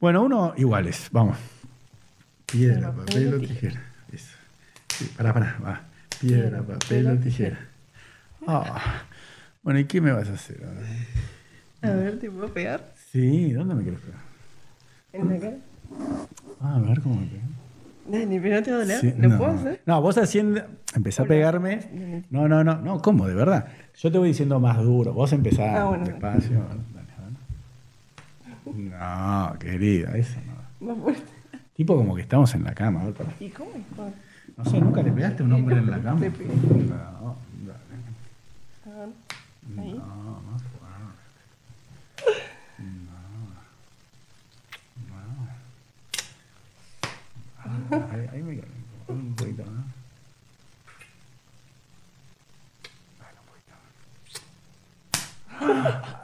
Bueno, uno iguales, vamos. Piedra, Piedra, papel o papel o tijera. Eso. Sí, pará, pará, va. Piedra, papel o tijera. Ah. Bueno, ¿y qué me vas a hacer? ahora? A ver, ¿te puedo pegar? Sí, ¿dónde me quieres pegar? ¿En la cara? Ah, a ver cómo me pegan. Dani, pero no te va a doler. Sí, ¿Lo puedo hacer? No, vos haciendo. Empezá a pegarme. No, no, no, no, ¿cómo? De verdad. Yo te voy diciendo más duro. Vos empezás Ah, bueno. despacio. Dale, a ver. No, querida, eso no. Más fuerte. Tipo como que estamos en la cama. a ver, pará. ¿Y cómo es? Bueno, No sé, ¿nunca le pegaste a un hombre en la cama? Le pegué. No, dale. a ver. Ahí. No, más fuerte. No. No. Ah, Ahí, ahí me quedo. Un poquito más. Dale, un poquito más.